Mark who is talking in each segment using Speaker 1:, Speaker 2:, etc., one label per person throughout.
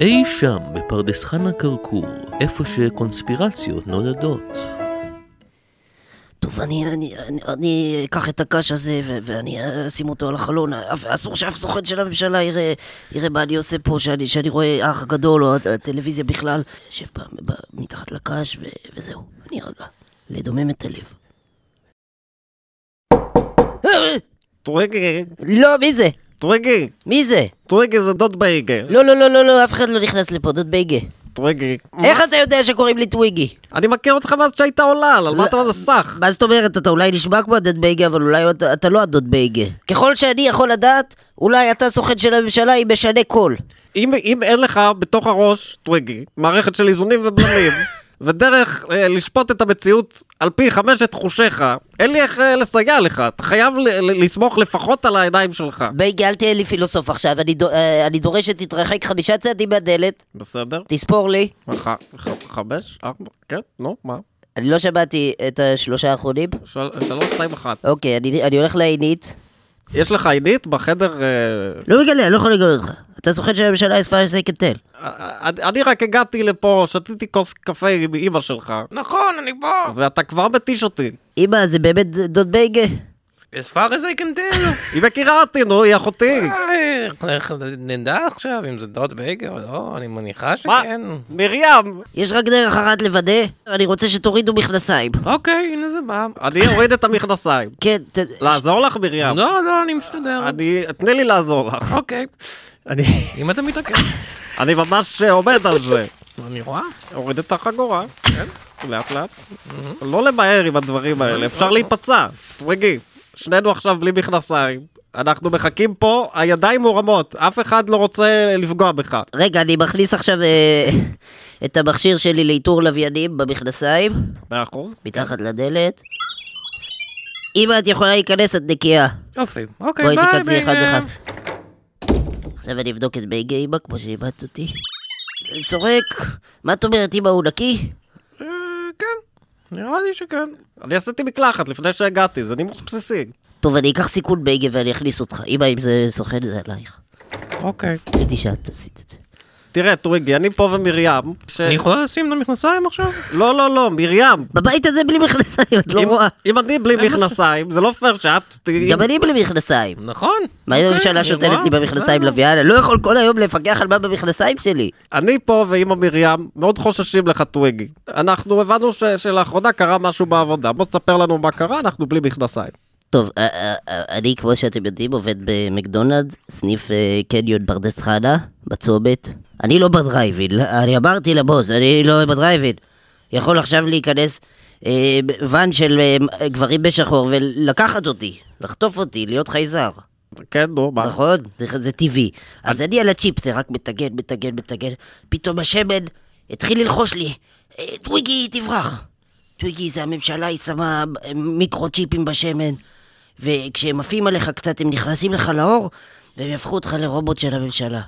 Speaker 1: אי שם בפרדס חנה כרכור, איפה שקונספירציות נולדות.
Speaker 2: טוב, אני, אני, אני, אני אקח את הקש הזה ו- ואני אשים אותו על החלון. אף- אסור שאף סוכן של הממשלה יראה, יראה מה אני עושה פה, שאני, שאני רואה אח גדול או הטלוויזיה בכלל. יושב ב- ב- מתחת לקש ו- וזהו, אני ארגע. לדומם את הלב. אה,
Speaker 3: טורגי,
Speaker 2: לא, מי זה?
Speaker 3: טורגי,
Speaker 2: מי זה?
Speaker 3: טורגי זה דוד בייגר.
Speaker 2: לא, לא, לא, לא, לא, אף אחד לא נכנס לפה, דוד בייגה.
Speaker 3: טורגי.
Speaker 2: איך אתה יודע שקוראים לי טוויגי?
Speaker 3: אני מכיר אותך מאז שהיית עולל, על מה אתה מסך?
Speaker 2: מה זאת אומרת? אתה אולי נשמע כמו הדוד בייגה, אבל אולי אתה, אתה לא הדוד בייגה. ככל שאני יכול לדעת, אולי אתה סוכן של הממשלה עם משנה קול.
Speaker 3: אם אם אין לך בתוך הראש, טורגי, מערכת של איזונים ובלמים, ודרך אה, לשפוט את המציאות על פי חמשת חושיך, אין לי איך אה, לסייע לך, אתה חייב ל- ל- לסמוך לפחות על העיניים שלך.
Speaker 2: בייגה, אל תהיה לי פילוסוף עכשיו, אני, דו, אה, אני דורש שתתרחק חמישה צעדים מהדלת,
Speaker 3: בסדר?
Speaker 2: תספור לי.
Speaker 3: ח- ח- חמש, ארבע, כן, נו, מה?
Speaker 2: אני לא שמעתי את השלושה האחרונים.
Speaker 3: של- שלוש, שתיים, אחת.
Speaker 2: אוקיי, אני, אני הולך לעינית.
Speaker 3: יש לך עינית בחדר... אה,
Speaker 2: לא מגלה, אני לא יכול לגלות אותך. אתה סוכן של הממשלה, as far as I can tell.
Speaker 3: אני- אה, אני רק הגעתי לפה, שתיתי כוס קפה עם אימא שלך,
Speaker 4: נכון, אני פה.
Speaker 3: ואתה כבר מתיש אותי.
Speaker 2: אמא, זה באמת דוד בייגה?
Speaker 4: As far as I can tell.
Speaker 3: היא מכירה אותי, נו, היא אחותי.
Speaker 4: אה, איך- איך נדע עכשיו אם זה דוד בייגר או לא? אני מניחה
Speaker 3: מה?
Speaker 4: שכן.
Speaker 3: מרים!
Speaker 2: יש רק דרך אחת לוודא, אני רוצה שתורידו מכנסיים.
Speaker 4: אוקיי, הנה זה בא.
Speaker 3: אני אוריד את המכנסיים.
Speaker 2: כן, ת-
Speaker 3: לעזור לך, מרים?
Speaker 4: לא, לא, אני מסתדר.
Speaker 3: אני... תני לי לעזור לך.
Speaker 4: אוקיי,
Speaker 3: אני...
Speaker 4: אם אתה מתעקש.
Speaker 3: אני ממש אה, עומד על זה.
Speaker 4: אני רואה.
Speaker 3: אוריד את החגורה. כן? לאט לאט. לא למהר עם הדברים
Speaker 4: לא,
Speaker 3: האלה, אפשר להיפצע. תרגי, שנינו עכשיו בלי מכנסיים. אנחנו מחכים פה, הידיים מורמות, אף אחד לא רוצה לפגוע בך.
Speaker 2: רגע, אני מכניס עכשיו אה, את המכשיר שלי לאיתור לוויינים במכנסיים,
Speaker 3: מאה אחוז?
Speaker 2: מתחת לדלת. אמא, את יכולה להיכנס, את נקייה.
Speaker 4: יופי. אוקיי,
Speaker 2: בואי
Speaker 4: ביי.
Speaker 2: תיכנסי אחד
Speaker 4: ביי.
Speaker 2: אחד. עכשיו אני אבדוק את בייגה, אמא, כמו שאיבדת אותי. זורק, מה את אומרת, אמא, הוא נקי?
Speaker 4: אה, כן, נראה לי שכן.
Speaker 3: אני עשיתי מקלחת לפני שהגעתי, זה נימוס בסיסי.
Speaker 2: טוב, אני אקח סיכון בייגה ואני אכניס אותך. אמא, אם זה סוכן, זה עלייך.
Speaker 4: אוקיי.
Speaker 2: תגידי שאת עשית את זה.
Speaker 3: תראה, טוויגי, אני פה ומרים, ש...
Speaker 4: אני יכולה לשים את המכנסיים עכשיו?
Speaker 3: לא, לא, לא, מרים.
Speaker 2: בבית הזה בלי מכנסיים, את לא
Speaker 3: אם-
Speaker 2: רואה.
Speaker 3: אם אני בלי מכנסיים, זה לא פייר שאת... תהיי-
Speaker 2: גם אני בלי מכנסיים.
Speaker 4: נכון.
Speaker 2: מה אם
Speaker 4: אוקיי,
Speaker 2: הממשלה
Speaker 4: אני
Speaker 2: שותלת
Speaker 4: רואה. אה,
Speaker 2: לי במכנסיים
Speaker 4: בסדר.
Speaker 2: לוויין? אני לא יכול כל היום לפקח על מה במכנסיים שלי.
Speaker 3: אני פה ואימא מרים מאוד חוששים לך, טוויגי. אנחנו הבנו ש... שלאחרונה קרה משהו בעבודה, בוא תספר לנו מה קרה, אנחנו בלי מכנסיים.
Speaker 2: טוב, א- א- א- אני, כמו שאתם יודעים, עובד במקדונלדס, סניף אה, קניון ברדס חנה, בצומת. אני לא בדרייבין, אני אמרתי לבוס, אני לא בדרייבין. יכול עכשיו להיכנס אה, ואן של אה, גברים בשחור ולקחת אותי, לחטוף אותי, להיות חייזר.
Speaker 3: כן, נו, מה?
Speaker 2: נכון? זה, זה טבעי. אז אני על הצ'יפ, זה רק מטגן, מטגן, מטגן. פתאום השמן התחיל ללחוש לי. אה, טוויגי, תברח. טוויגי, זה הממשלה, היא שמה אה, מיקרו-צ'יפים בשמן. וכשהם עפים עליך קצת, הם נכנסים לך לאור, והם יהפכו אותך לרובוט של הממשלה.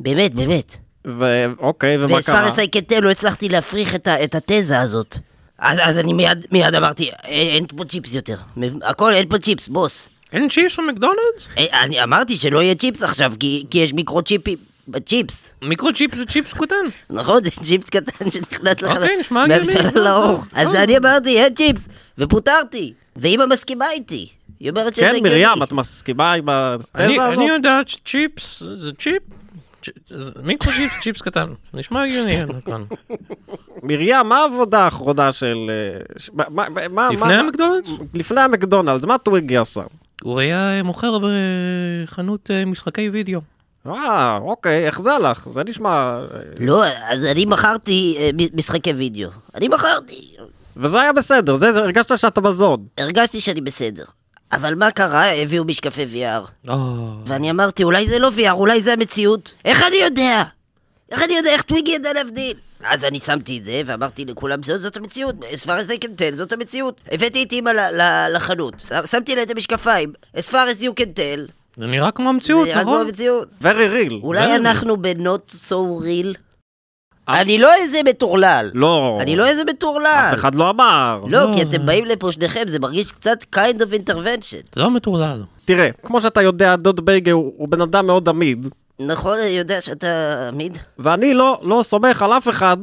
Speaker 2: באמת, באמת.
Speaker 3: ו... אוקיי, ומה קרה?
Speaker 2: וספרס אייקטל לא הצלחתי להפריך את, ה- את התזה הזאת. אז, אז אני מיד, מיד אמרתי, אין, אין פה צ'יפס יותר. מ- הכל, אין פה צ'יפס, בוס.
Speaker 4: אין צ'יפס במקדונלדס?
Speaker 2: אה, אני אמרתי שלא יהיה צ'יפס עכשיו, כי, כי יש מיקרו צ'יפים בצ'יפס.
Speaker 4: מיקרו צ'יפס זה צ'יפס קטן.
Speaker 2: נכון? זה צ'יפס קטן שנכנס לך
Speaker 4: אוקיי, נשמע
Speaker 2: מה-
Speaker 4: הגיוני,
Speaker 2: מהממשלה
Speaker 4: לא,
Speaker 2: לאור.
Speaker 4: לא,
Speaker 2: אז
Speaker 4: לא.
Speaker 2: אני אמרתי, אין צ'יפס, ופוטרתי. ואימא מסכימה איתי. היא אומרת שזה
Speaker 3: כן,
Speaker 2: הגיוני.
Speaker 3: מרים, את מסכימה עם
Speaker 4: אני
Speaker 3: התזה
Speaker 4: אני
Speaker 3: הזאת?
Speaker 4: יודעת שצ'יפס זה צ'יפ. צ'- זה מיקרו צ'יפס צ'יפס קטן. נשמע הגיוני. נכון.
Speaker 3: מרים, מה העבודה האחרונה של... אה, ש- מה- מה- מה-
Speaker 4: לפני
Speaker 3: מה-
Speaker 4: המקדונלדס?
Speaker 3: לפני המקדונלדס, מה טוויגי עשה?
Speaker 4: הוא היה אה, מוכר בחנות אה, משחקי וידאו.
Speaker 3: אה, אוקיי, איך זה הלך? זה נשמע... אה,
Speaker 2: לא, אז אני מכרתי אה, מ- משחקי וידאו. אני מכרתי.
Speaker 3: וזה היה בסדר, זה, זה- הרגשת שאתה בזון.
Speaker 2: הרגשתי שאני בסדר. אבל מה קרה? הביאו משקפי VR.
Speaker 4: לא.
Speaker 2: ואני אמרתי, אולי זה לא VR, אולי זה המציאות. איך אני יודע? איך אני יודע? איך טוויגי ידע להבדיל? אז אני שמתי את זה, ואמרתי לכולם, "זו- זאת המציאות, as far as I can tell, זאת המציאות. הבאתי את אימא ל- ל- לחנות, ש- שמתי לה את המשקפיים, as far as you can tell,
Speaker 4: זה נראה כמו המציאות,
Speaker 2: זה רק לא
Speaker 4: נכון?
Speaker 2: המציאות.
Speaker 3: Very real.
Speaker 2: אולי
Speaker 4: זה-
Speaker 2: אנחנו ב-not so real?
Speaker 3: אה.
Speaker 2: אני לא איזה מטורלל.
Speaker 3: לא.
Speaker 2: אני לא איזה מטורלל.
Speaker 3: אף אחד לא אמר.
Speaker 2: לא,
Speaker 4: לא.
Speaker 2: כי אתם באים לפה שניכם, זה מרגיש קצת kind of intervention.
Speaker 4: זה לא מטורלל.
Speaker 3: תראה, כמו שאתה יודע, דוד בייגה הוא, הוא בן אדם מאוד עמיד,
Speaker 2: נכון, אני יודע שאתה עמיד.
Speaker 3: ואני לא, לא סומך על אף אחד,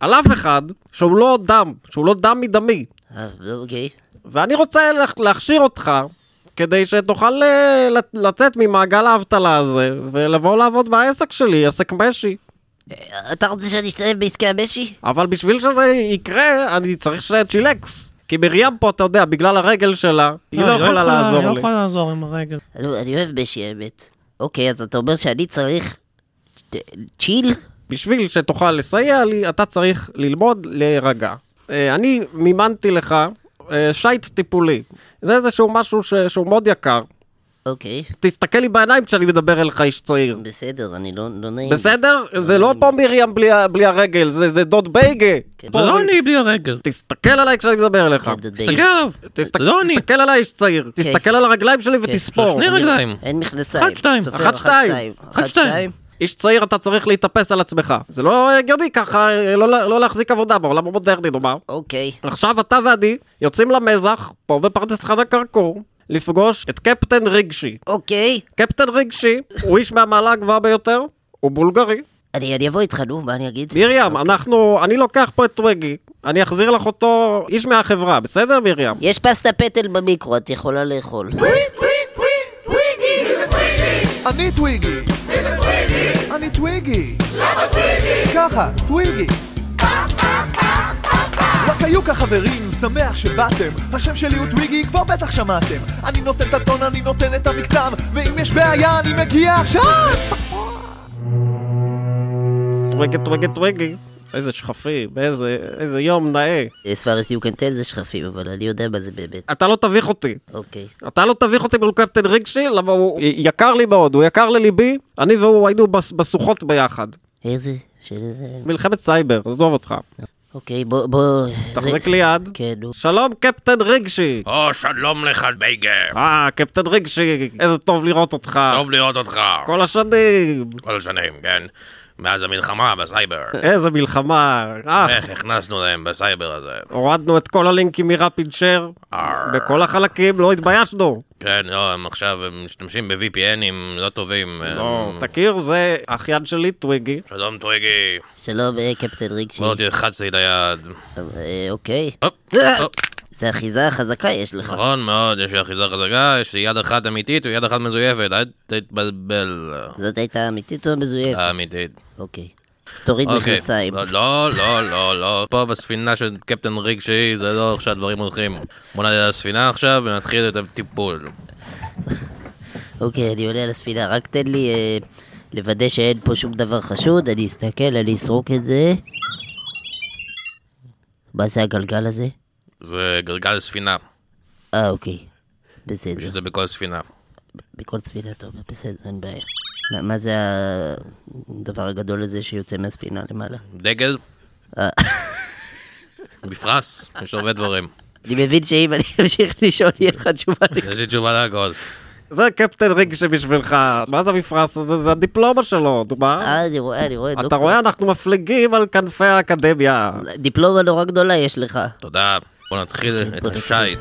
Speaker 3: על אף אחד, שהוא לא דם, שהוא לא דם מדמי.
Speaker 2: אה, לא גיי.
Speaker 3: ואני רוצה לה- להכשיר אותך, כדי שתוכל אה, לת- לצאת ממעגל האבטלה הזה, ולבוא לעבוד בעסק שלי, עסק משי.
Speaker 2: אה, אתה רוצה שאני אשתלב בעסקי המשי?
Speaker 3: אבל בשביל שזה יקרה, אני צריך שצ'ילקס. כי מרים פה, אתה יודע, בגלל הרגל שלה, היא לא יכולה
Speaker 4: היא
Speaker 3: לעזור
Speaker 4: לא
Speaker 3: לי.
Speaker 4: יכולה לעזור עם הרגל.
Speaker 2: לא, אני אוהב משי, האמת. אוקיי, אז אתה אומר שאני צריך... צ'יל?
Speaker 3: בשביל שתוכל לסייע לי, אתה צריך ללמוד להירגע. אה, אני מימנתי לך אה, שייט טיפולי. זה איזשהו משהו ש... שהוא מאוד יקר.
Speaker 2: אוקיי,
Speaker 3: תסתכל לי בעיניים כשאני מדבר אליך, איש צעיר.
Speaker 2: בסדר, אני לא לא נעים.
Speaker 3: בסדר? זה לא פה מרים בלי, ה- בלי הרגל, זה, זה דוד בייגה.
Speaker 2: כן.
Speaker 3: פה-
Speaker 4: זה לא אני בלי הרגל.
Speaker 3: תסתכל עליי כשאני מדבר אליך.
Speaker 2: כן, דוד כן. בייגה.
Speaker 4: תסתכל עליו.
Speaker 3: תסת-
Speaker 4: זה לא אני.
Speaker 3: תסתכל עליי, איש צעיר. תסתכל על הרגליים
Speaker 2: כן.
Speaker 3: שלי ותספור.
Speaker 4: שני רגליים.
Speaker 2: אין מכנסיים.
Speaker 4: אחת, שתיים.
Speaker 2: סופר,
Speaker 3: אחת, שתיים.
Speaker 2: אחת, שתיים.
Speaker 3: איש צעיר, אתה צריך להתאפס על עצמך. זה לא הגיוני ככה, אה, לא, לא להחזיק עבודה בעולם המודרני, נאמר.
Speaker 2: אוקיי.
Speaker 3: עכשיו אתה ואני יוצאים למזח, פה בפרדס חנה כרכור, לפגוש את קפטן ריגשי.
Speaker 2: אוקיי.
Speaker 3: קפטן ריגשי הוא איש מהמעלה הגבוהה ביותר, הוא בולגרי.
Speaker 2: אני אני אבוא איתך, נו, מה אני אגיד?
Speaker 3: מרים, אנחנו, אני לוקח פה את טוויגי, אני אחזיר לך אותו איש מהחברה, בסדר מרים?
Speaker 2: יש פסטה פטל במיקרו, את יכולה לאכול.
Speaker 5: אני טוויגי. אני טוויגי. ככה, טוויגי. לקיוק החברים, שמח שבאתם. השם שלי הוא טוויגי, כבר בטח שמעתם. אני נותן את הטון, אני נותן את המקצב, ואם יש בעיה, אני מגיע עכשיו!
Speaker 3: טוויגי, טוויגי, טוויגי. איזה שכפים, איזה, איזה יום נאה.
Speaker 2: ספרס יו קנטל זה שכפים, אבל אני יודע מה זה באמת.
Speaker 3: אתה לא תביך אותי.
Speaker 2: אוקיי.
Speaker 3: אתה לא תביך אותי מול קפטן ריגשי, למה הוא יקר לי מאוד, הוא יקר לליבי. אני והוא היינו בס- בסוחות ביחד.
Speaker 2: איזה? של איזה?
Speaker 3: מלחמת סייבר, עזוב אותך.
Speaker 2: אוקיי, בוא, בוא...
Speaker 3: תחזיק
Speaker 2: זה-
Speaker 3: לי יד.
Speaker 2: כן, נו.
Speaker 3: שלום קפטן רגשי.
Speaker 6: או, שלום לך, בייגר.
Speaker 3: אה, קפטן רגשי, איזה טוב לראות אותך.
Speaker 6: טוב לראות אותך.
Speaker 3: כל השנים.
Speaker 6: כל השנים, כן? מאז המלחמה בסייבר.
Speaker 3: איזה מלחמה. אח,
Speaker 4: אה.
Speaker 6: איך הכנסנו להם בסייבר הזה?
Speaker 3: הורדנו את כל הלינקים מרפיד שר.
Speaker 6: ארר.
Speaker 3: בכל החלקים, לא התביישנו.
Speaker 6: כן, לא, הם עכשיו הם משתמשים ב-VPNים לא טובים.
Speaker 3: לא,
Speaker 6: הם-
Speaker 3: תכיר, זה אחיין שלי, טוויגי.
Speaker 6: שלום, טוויגי.
Speaker 2: שלום, אה, קפטן רגשי.
Speaker 6: מאוד הרחצתי את היד.
Speaker 2: אה, אוקיי.
Speaker 6: הופ,
Speaker 2: אה,
Speaker 6: הופ.
Speaker 2: זה אחיזה חזקה יש לך.
Speaker 6: נכון מאוד, יש לי אחיזה חזקה, יש לי יד אחת אמיתית ויד אחת מזויפת. אל תתבלבל.
Speaker 2: זאת הייתה אמיתית או מזויפת?
Speaker 6: האמיתית.
Speaker 2: אוקיי. תוריד
Speaker 6: אוקיי.
Speaker 2: מכנסיים.
Speaker 6: לא, לא, לא, לא. פה בספינה של קפטן ריג שהיא, זה לא איך שהדברים הולכים. בוא נעלה לספינה עכשיו ונתחיל את הטיפול.
Speaker 2: אוקיי, אני עולה על הספינה, רק תן לי אה, לוודא שאין פה שום דבר חשוד, אני אסתכל, אני אסרוק את זה. מה זה הגלגל הזה?
Speaker 6: זה גלגל ספינה.
Speaker 2: אה, אוקיי.
Speaker 6: יש
Speaker 2: בסדר.
Speaker 6: את זה בכל ספינה.
Speaker 2: בכל ספינה אתה אומר, בסדר, אין בעיה. מה, מה זה הדבר הגדול הזה שיוצא מהספינה למעלה?
Speaker 6: דגל?
Speaker 2: אה.
Speaker 6: מפרס? יש הרבה דברים.
Speaker 2: אני מבין שאם אני אמשיך לשאול, יהיה לך תשובה.
Speaker 6: יש לי תשובה להכל.
Speaker 3: זה קפטן רגשי בשבילך. מה זה המפרש הזה? זה הדיפלומה שלו, נו מה?
Speaker 2: אה, אני רואה, אני רואה.
Speaker 3: אתה
Speaker 2: דוקטור.
Speaker 3: רואה, אנחנו מפליגים על כנפי האקדמיה.
Speaker 2: דיפלומה נורא גדולה יש לך.
Speaker 6: תודה. בוא נתחיל
Speaker 2: אוקיי,
Speaker 6: את
Speaker 2: בוא נתחיל.
Speaker 6: השייט.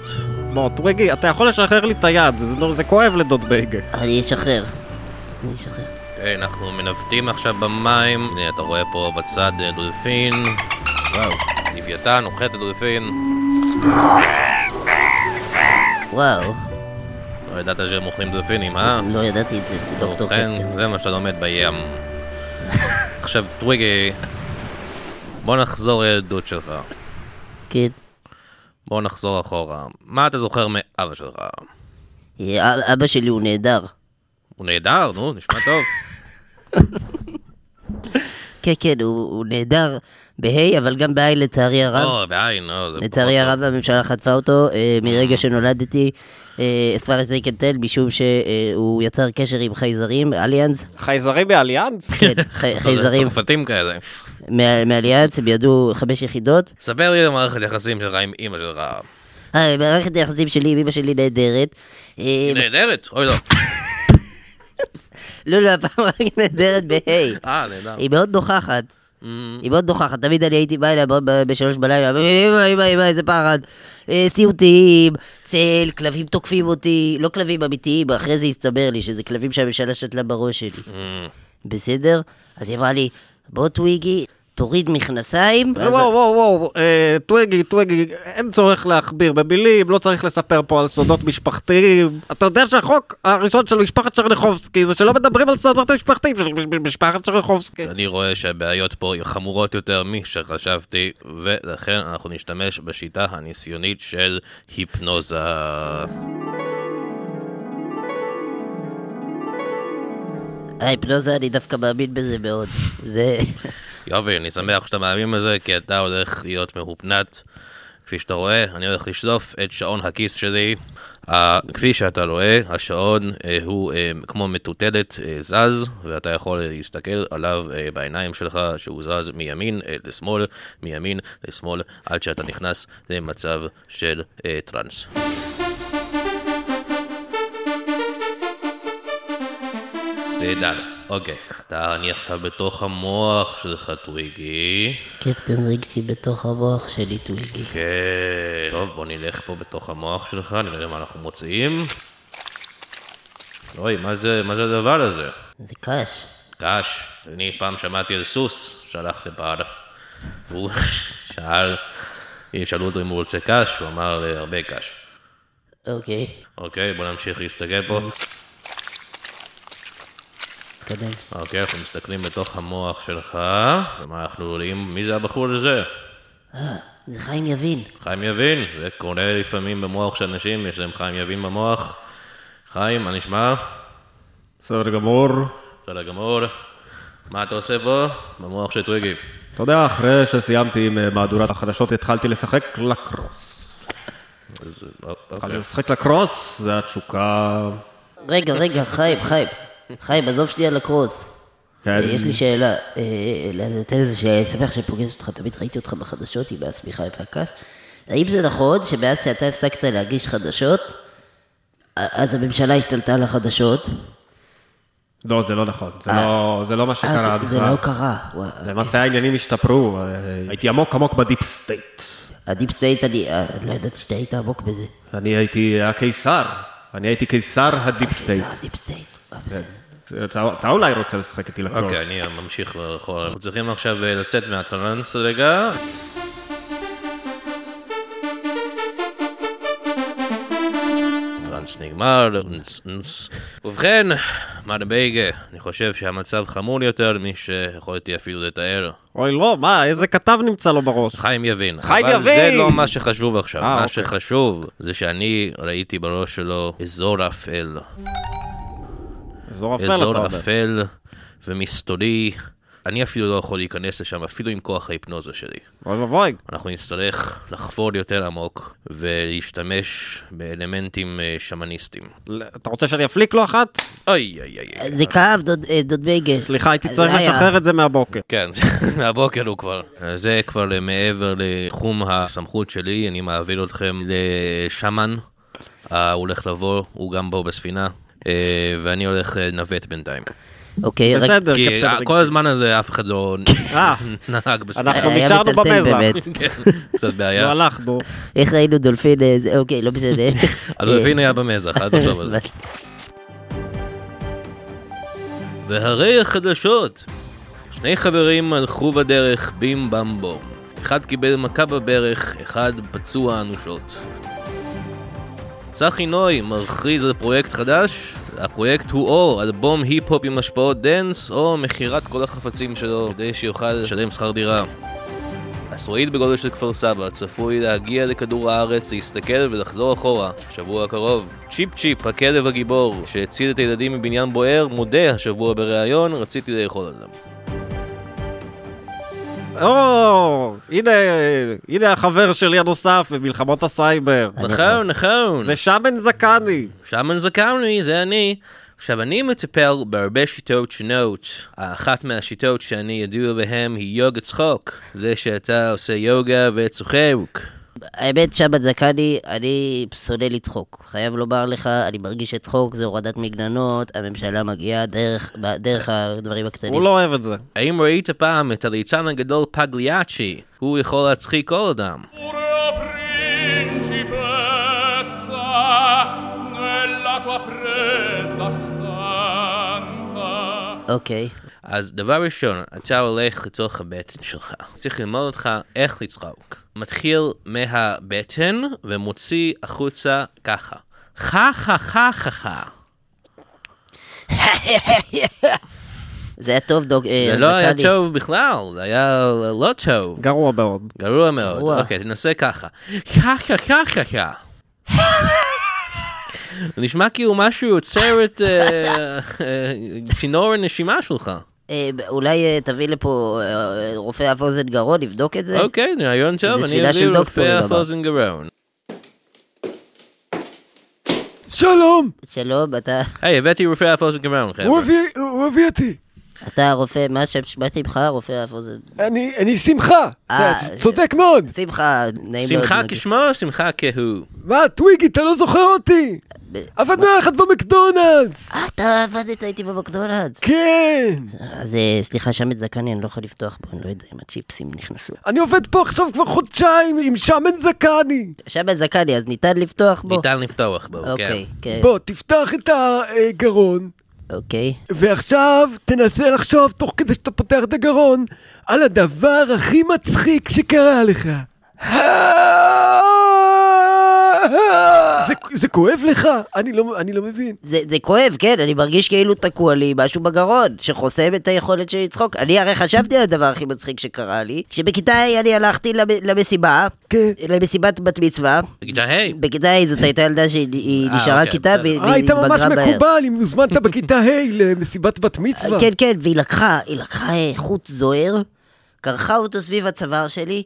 Speaker 3: בוא, טוויגי, אתה יכול לשחרר לי את היד, זה- נו, זה כואב לדוד בייגה.
Speaker 2: אני אשחרר. אני אשחרר.
Speaker 6: אוקיי, אנחנו מנווטים עכשיו במים. הנה, אתה רואה פה בצד אה, דולפין. וואו. לוויתן, נוחת את דולפין.
Speaker 2: וואו,
Speaker 6: לא ידעת שהם אוכלים דולפינים, אה? אוקיי.
Speaker 2: לא ידעתי את זה, דוקטור קפטן.
Speaker 1: כן.
Speaker 6: ובכן, זה מה שאתה לומד בים. עכשיו, טוויגי, בוא נחזור לילדות שלך.
Speaker 2: כן.
Speaker 6: בוא נחזור אחורה. מה אתה זוכר מאבא שלך?
Speaker 2: אה, אבא שלי הוא נהדר.
Speaker 6: הוא נהדר, נו, נשמע טוב.
Speaker 2: כן, כן, הוא הוא נהדר בה' אבל גם בע' לצערי הרב.
Speaker 6: או, בעין, או, זה...
Speaker 2: לצערי הרב הממשלה חטפה אותו אה, מרגע שנולדתי, אה, אספרס ריקנטל, משום שהוא אה, יצר קשר עם חייזרים, אליאנס,
Speaker 3: חייזרים מאליאנס?
Speaker 2: כן, חי-
Speaker 6: זה
Speaker 2: חייזרים
Speaker 6: צרפתים כאלה.
Speaker 2: מה- מאליאנס, הם ידעו חמש יחידות.
Speaker 6: ספר לי על מערכת יחסים שלך עם אמא שלך.
Speaker 2: אה, מערכת היחסים שלי עם אמא שלי נהדרת. אה,
Speaker 6: היא נהדרת? אוי לא.
Speaker 2: לא, לא, הפעם רק נהדרת בה'.
Speaker 6: אה, נהדר.
Speaker 2: היא מאוד נוכחת.
Speaker 3: Mm.
Speaker 6: אמ,
Speaker 2: היא מאוד נוכחת, תמיד אני הייתי בא אליה ב- ב- בשלוש בלילה, אמא, אמא, אמא, איזה פחד. אה, סיוטים, צל, כלבים
Speaker 3: Mm.
Speaker 2: תוקפים אותי, לא כלבים אמיתיים, אחרי זה הסתבר לי שזה כלבים שהממשלה שתלה בראש שלי.
Speaker 6: אמ,
Speaker 2: בסדר? אז היא אמרה לי, בוא טוויגי, תוריד מכנסיים. ואז-
Speaker 3: וואו וואו וואו, אה, טוויגי, טוויגי, אין צורך להכביר במילים, לא צריך לספר פה על סודות משפחתיים. אתה יודע שהחוק הראשון של משפחת צ'רניחובסקי זה שלא מדברים על סודות משפחתיים של מש- משפחת צ'רניחובסקי.
Speaker 6: אני רואה שהבעיות פה הן חמורות יותר משחשבתי, ולכן אנחנו נשתמש בשיטה הניסיונית של היפנוזה.
Speaker 2: ההיפנוזה, אני דווקא מאמין בזה מאוד. זה...
Speaker 6: יובי, אני שמח שאתה מאמין בזה, כי אתה הולך להיות מהופנת. כפי שאתה רואה, אני הולך לשלוף את שעון הכיס שלי. Uh, כפי שאתה רואה, השעון uh, הוא uh, כמו מטוטלת uh, זז, ואתה יכול אה, להסתכל עליו uh, בעיניים שלך, שהוא זז מימין uh, לשמאל, מימין לשמאל, עד שאתה נכנס למצב של uh, טראנס. נהדר, אוקיי. אתה, אני עכשיו בתוך המוח שלך, טוויגי.
Speaker 2: קפטן רגשי בתוך המוח שלי, טוויגי.
Speaker 6: כן. טוב, בוא נלך פה בתוך המוח שלך, נראה מה אנחנו מוצאים. אוי, מה זה, מה זה הדבר הזה?
Speaker 2: זה קש.
Speaker 6: קש, אני פעם שמעתי על סוס שהלך לבר, והוא שאל, שאלו אותו אם הוא רוצה קש, הוא אמר "אה, הרבה קש.
Speaker 2: אוקיי,
Speaker 6: אוקיי, בוא נמשיך להסתכל פה.
Speaker 2: תתקדם.
Speaker 6: אוקיי, אנחנו מסתכלים בתוך המוח שלך, ומה אנחנו רואים? מי זה הבחור הזה?
Speaker 2: זה חיים יבין.
Speaker 6: חיים יבין, זה קורה לפעמים במוח של אנשים, יש להם חיים יבין במוח. חיים, מה נשמע?
Speaker 3: בסדר גמור.
Speaker 6: בסדר גמור. מה אתה עושה פה? במוח של טוויגי.
Speaker 3: אתה יודע, אחרי שסיימתי עם אה, מהדורת החדשות התחלתי לשחק לקרוס.
Speaker 6: אז, א- אוקיי.
Speaker 3: התחלתי לשחק לקרוס, זה התשוקה.
Speaker 2: רגע, רגע, חיים, חיים. חיים, עזוב שנייה לקרוס.
Speaker 3: כן.
Speaker 2: יש לי שאלה. אה, לתת איזה שאלה, אני שמח שאני פוגש אותך, תמיד ראיתי אותך בחדשות עם השמיכה והקש. האם זה נכון שמאז שאתה הפסקת להגיש חדשות, א- אז הממשלה השתלטה על החדשות?
Speaker 3: לא, זה לא נכון, זה לא- זה לא מה שקרה
Speaker 2: אה, זה- זה
Speaker 3: בכלל.
Speaker 2: לא קרה. וואו.
Speaker 3: למעשה העניינים השתפרו, אה, הייתי עמוק עמוק בדיפ סטייט.
Speaker 2: הדיפ סטייט, אני אה, לא ידעתי שאתה היית עמוק בזה.
Speaker 3: אני הייתי אה, הקיסר, אני הייתי קיסר הדיפ סטייט.
Speaker 2: זה הדיפ סטייט. אה,
Speaker 3: אתה אתה אולי רוצה לשחק איתי לקרוס.
Speaker 6: אוקיי, אני ממשיך לאחור. אנחנו צריכים עכשיו אה, לצאת מהטרנס רגע. טרנס נגמר, נס, נס. ובכן, מר בייגה, אני חושב שהמצב חמור יותר משיכולתי אפילו לתאר.
Speaker 3: אוי לא, מה, איזה כתב נמצא לו בראש?
Speaker 6: חיים יבין.
Speaker 3: חיים
Speaker 6: אבל זה
Speaker 3: יבין!
Speaker 6: לא מה שחשוב עכשיו.
Speaker 3: אה,
Speaker 6: מה
Speaker 3: אוקיי.
Speaker 6: שחשוב זה שאני ראיתי בראש שלו אזור אפל.
Speaker 3: אזור אפל אתה
Speaker 6: אזור
Speaker 3: אומר.
Speaker 6: אפל ומסתורי. אני אפילו לא יכול להיכנס לשם, אפילו עם כוח ההיפנוזה שלי.
Speaker 3: אוי ואבוי.
Speaker 6: אנחנו נצטרך לחפור יותר עמוק ולהשתמש באלמנטים אה, שמניסטיים.
Speaker 3: ל- אתה רוצה שאני אפליק לו אחת?
Speaker 6: אוי אוי אוי. אוי.
Speaker 2: זה כאב, דוד- אה, דוד בייגה.
Speaker 3: סליחה,
Speaker 6: אה,
Speaker 3: הייתי צריך
Speaker 2: זה היה.
Speaker 3: לשחרר את זה מהבוקר.
Speaker 6: כן, זה- מהבוקר הוא כבר. זה כבר אה, מעבר לתחום הסמכות שלי, אני מעביר אתכם לשמן. אה, הוא הולך לבוא, הוא גם בו בספינה, אה, ואני הולך אה, לנווט בינתיים.
Speaker 2: אוקיי, רק...
Speaker 3: בסדר,
Speaker 6: כי
Speaker 3: קפטן
Speaker 6: אה,
Speaker 3: רגשי.
Speaker 6: כל הזמן הזה אף אחד לא
Speaker 3: אה,
Speaker 6: נהג בספינה.
Speaker 3: אנחנו
Speaker 2: אה, היה
Speaker 3: נשארנו
Speaker 2: מטלטל
Speaker 3: במזח.
Speaker 2: באמת.
Speaker 6: כן, קצת
Speaker 3: לא
Speaker 6: בעיה.
Speaker 3: הלכנו.
Speaker 2: איך ראינו דולפין, אה, זה- אוקיי, לא משנה.
Speaker 3: אה.
Speaker 6: הדולפין היה במזח, אל תחשוב על זה.
Speaker 2: אבל-
Speaker 6: והרי החדשות! שני חברים הלכו בדרך בים במבום. אחד קיבל מכה בברך, אחד פצוע אנושות. צחי נוי מכריז על פרויקט חדש, הפרויקט הוא או אלבום היפ-הופ עם השפעות דנס, או מכירת כל החפצים שלו כדי שיוכל לשלם שכר דירה. אסטרואיד בגודל של כפר סבא צפוי להגיע לכדור הארץ, להסתכל ולחזור אחורה. שבוע הקרוב. צ'יפ צ'יפ, הכלב הגיבור, שהציל את הילדים מבניין בוער, מודה השבוע בריאיון, רציתי לאכול עליו.
Speaker 3: או, הנה, הנה החבר שלי הנוסף במלחמות הסייבר.
Speaker 6: נכון, נכון.
Speaker 3: זה שמן זקני.
Speaker 6: שמן זקני, זה אני. עכשיו, אני מטפל בהרבה שיטות שונות. אחת מהשיטות שאני ידוע בהן היא יוגה צחוק. זה שאתה עושה יוגה וצוחק.
Speaker 2: האמת, שבת זקני, אני שונא לצחוק. חייב לומר לך, אני מרגיש שצחוק זה הורדת מגננות, הממשלה מגיעה דרך דרך הדברים
Speaker 3: הוא
Speaker 2: הקטנים.
Speaker 3: לא אוהב את זה.
Speaker 6: האם ראית פעם את הליצן הגדול פגליאצ'י? הוא יכול להצחיק כל אדם.
Speaker 7: Pura principessa, nella tua fredda stanza.
Speaker 2: אוקיי.
Speaker 6: אז דבר ראשון, אתה הולך לתוך הבטן שלך. צריך ללמוד אותך איך לצחוק. מתחיל מהבטן ומוציא החוצה ככה. חה חה חה חה חה.
Speaker 2: זה היה טוב, דוג... אה,
Speaker 5: כן,
Speaker 6: זה לא היה
Speaker 2: מכבי.
Speaker 6: טוב בכלל, זה היה לא טוב.
Speaker 3: גרוע מאוד.
Speaker 6: גרוע מאוד.
Speaker 2: גרוע.
Speaker 6: אוקיי, תנסה ככה. חה חה חה חה חה. זה נשמע כאילו משהו יוצר את אה, אה, צינור הנשימה שלך.
Speaker 2: אה, אולי אה, תביא לפה אה, רופא אף אוזן גרון, נבדוק את זה?
Speaker 6: אוקיי, רעיון טוב, אני
Speaker 2: ספינה
Speaker 6: אביא
Speaker 2: של דוקטורים,
Speaker 6: רופא
Speaker 2: אבל.
Speaker 6: פוזן גרון.
Speaker 5: שלום!
Speaker 2: שלום, אתה,
Speaker 6: היי, הבאתי רופא פוזן גרון,
Speaker 5: הוא
Speaker 6: חבר'ה.
Speaker 5: הביא- הוא הביא אותי.
Speaker 2: אתה הרופא, מה שם, מה שמך, רופא אף אוזן?
Speaker 5: אני אני שמחה.
Speaker 2: אה,
Speaker 5: אתה צ- צודק מאוד.
Speaker 2: שמחה, נעים מאוד.
Speaker 6: שמחה
Speaker 2: מאוד.
Speaker 6: כשמו, שמחה כהוא.
Speaker 5: מה, טוויגי, אתה לא זוכר אותי? עבדנו יחד במקדונלדס!
Speaker 2: אה, אתה עבדת איתי במקדונלדס.
Speaker 5: כן!
Speaker 2: אז אה, סליחה, שם את זקני, אני לא יכול לפתוח בו, אני לא יודע אם הצ'יפסים נכנסו.
Speaker 5: אני עובד פה עכשיו כבר חודשיים עם שמן זקני!
Speaker 2: שם את זקני, אז ניתן לפתוח בו?
Speaker 6: ניתן לפתוח בו, כן.
Speaker 2: אוקיי, כן,
Speaker 5: בוא, תפתח את הגרון,
Speaker 2: אוקיי.
Speaker 5: ועכשיו תנסה לחשוב, תוך כדי שאתה פותח את הגרון, על הדבר הכי מצחיק שקרה לך. זה- זה כואב לך? אני לא- אני לא מבין.
Speaker 2: זה, זה כואב, כן, אני מרגיש כאילו תקוע לי משהו בגרון, שחוסם את היכולת שלי לצחוק. אני הרי חשבתי על הדבר הכי מצחיק שקרה לי, כשבכיתה ה' אני הלכתי למ, למסיבה,
Speaker 5: כן.
Speaker 2: למסיבת בת מצווה.
Speaker 6: תגיד, היי,
Speaker 2: בכיתה ה' זאת הייתה ילדה שהיא היא
Speaker 6: אה,
Speaker 2: נשארה
Speaker 6: אוקיי,
Speaker 2: כיתה
Speaker 6: בסדר.
Speaker 2: והיא
Speaker 5: אה, היית ממש
Speaker 2: התבגרה בהם.
Speaker 5: מקובל אם הוזמנת בכיתה ה' למסיבת בת מצווה.
Speaker 2: כן, כן, והיא לקחה, היא לקחה אה, חוט זוהר, קרחה אותו סביב הצוואר שלי,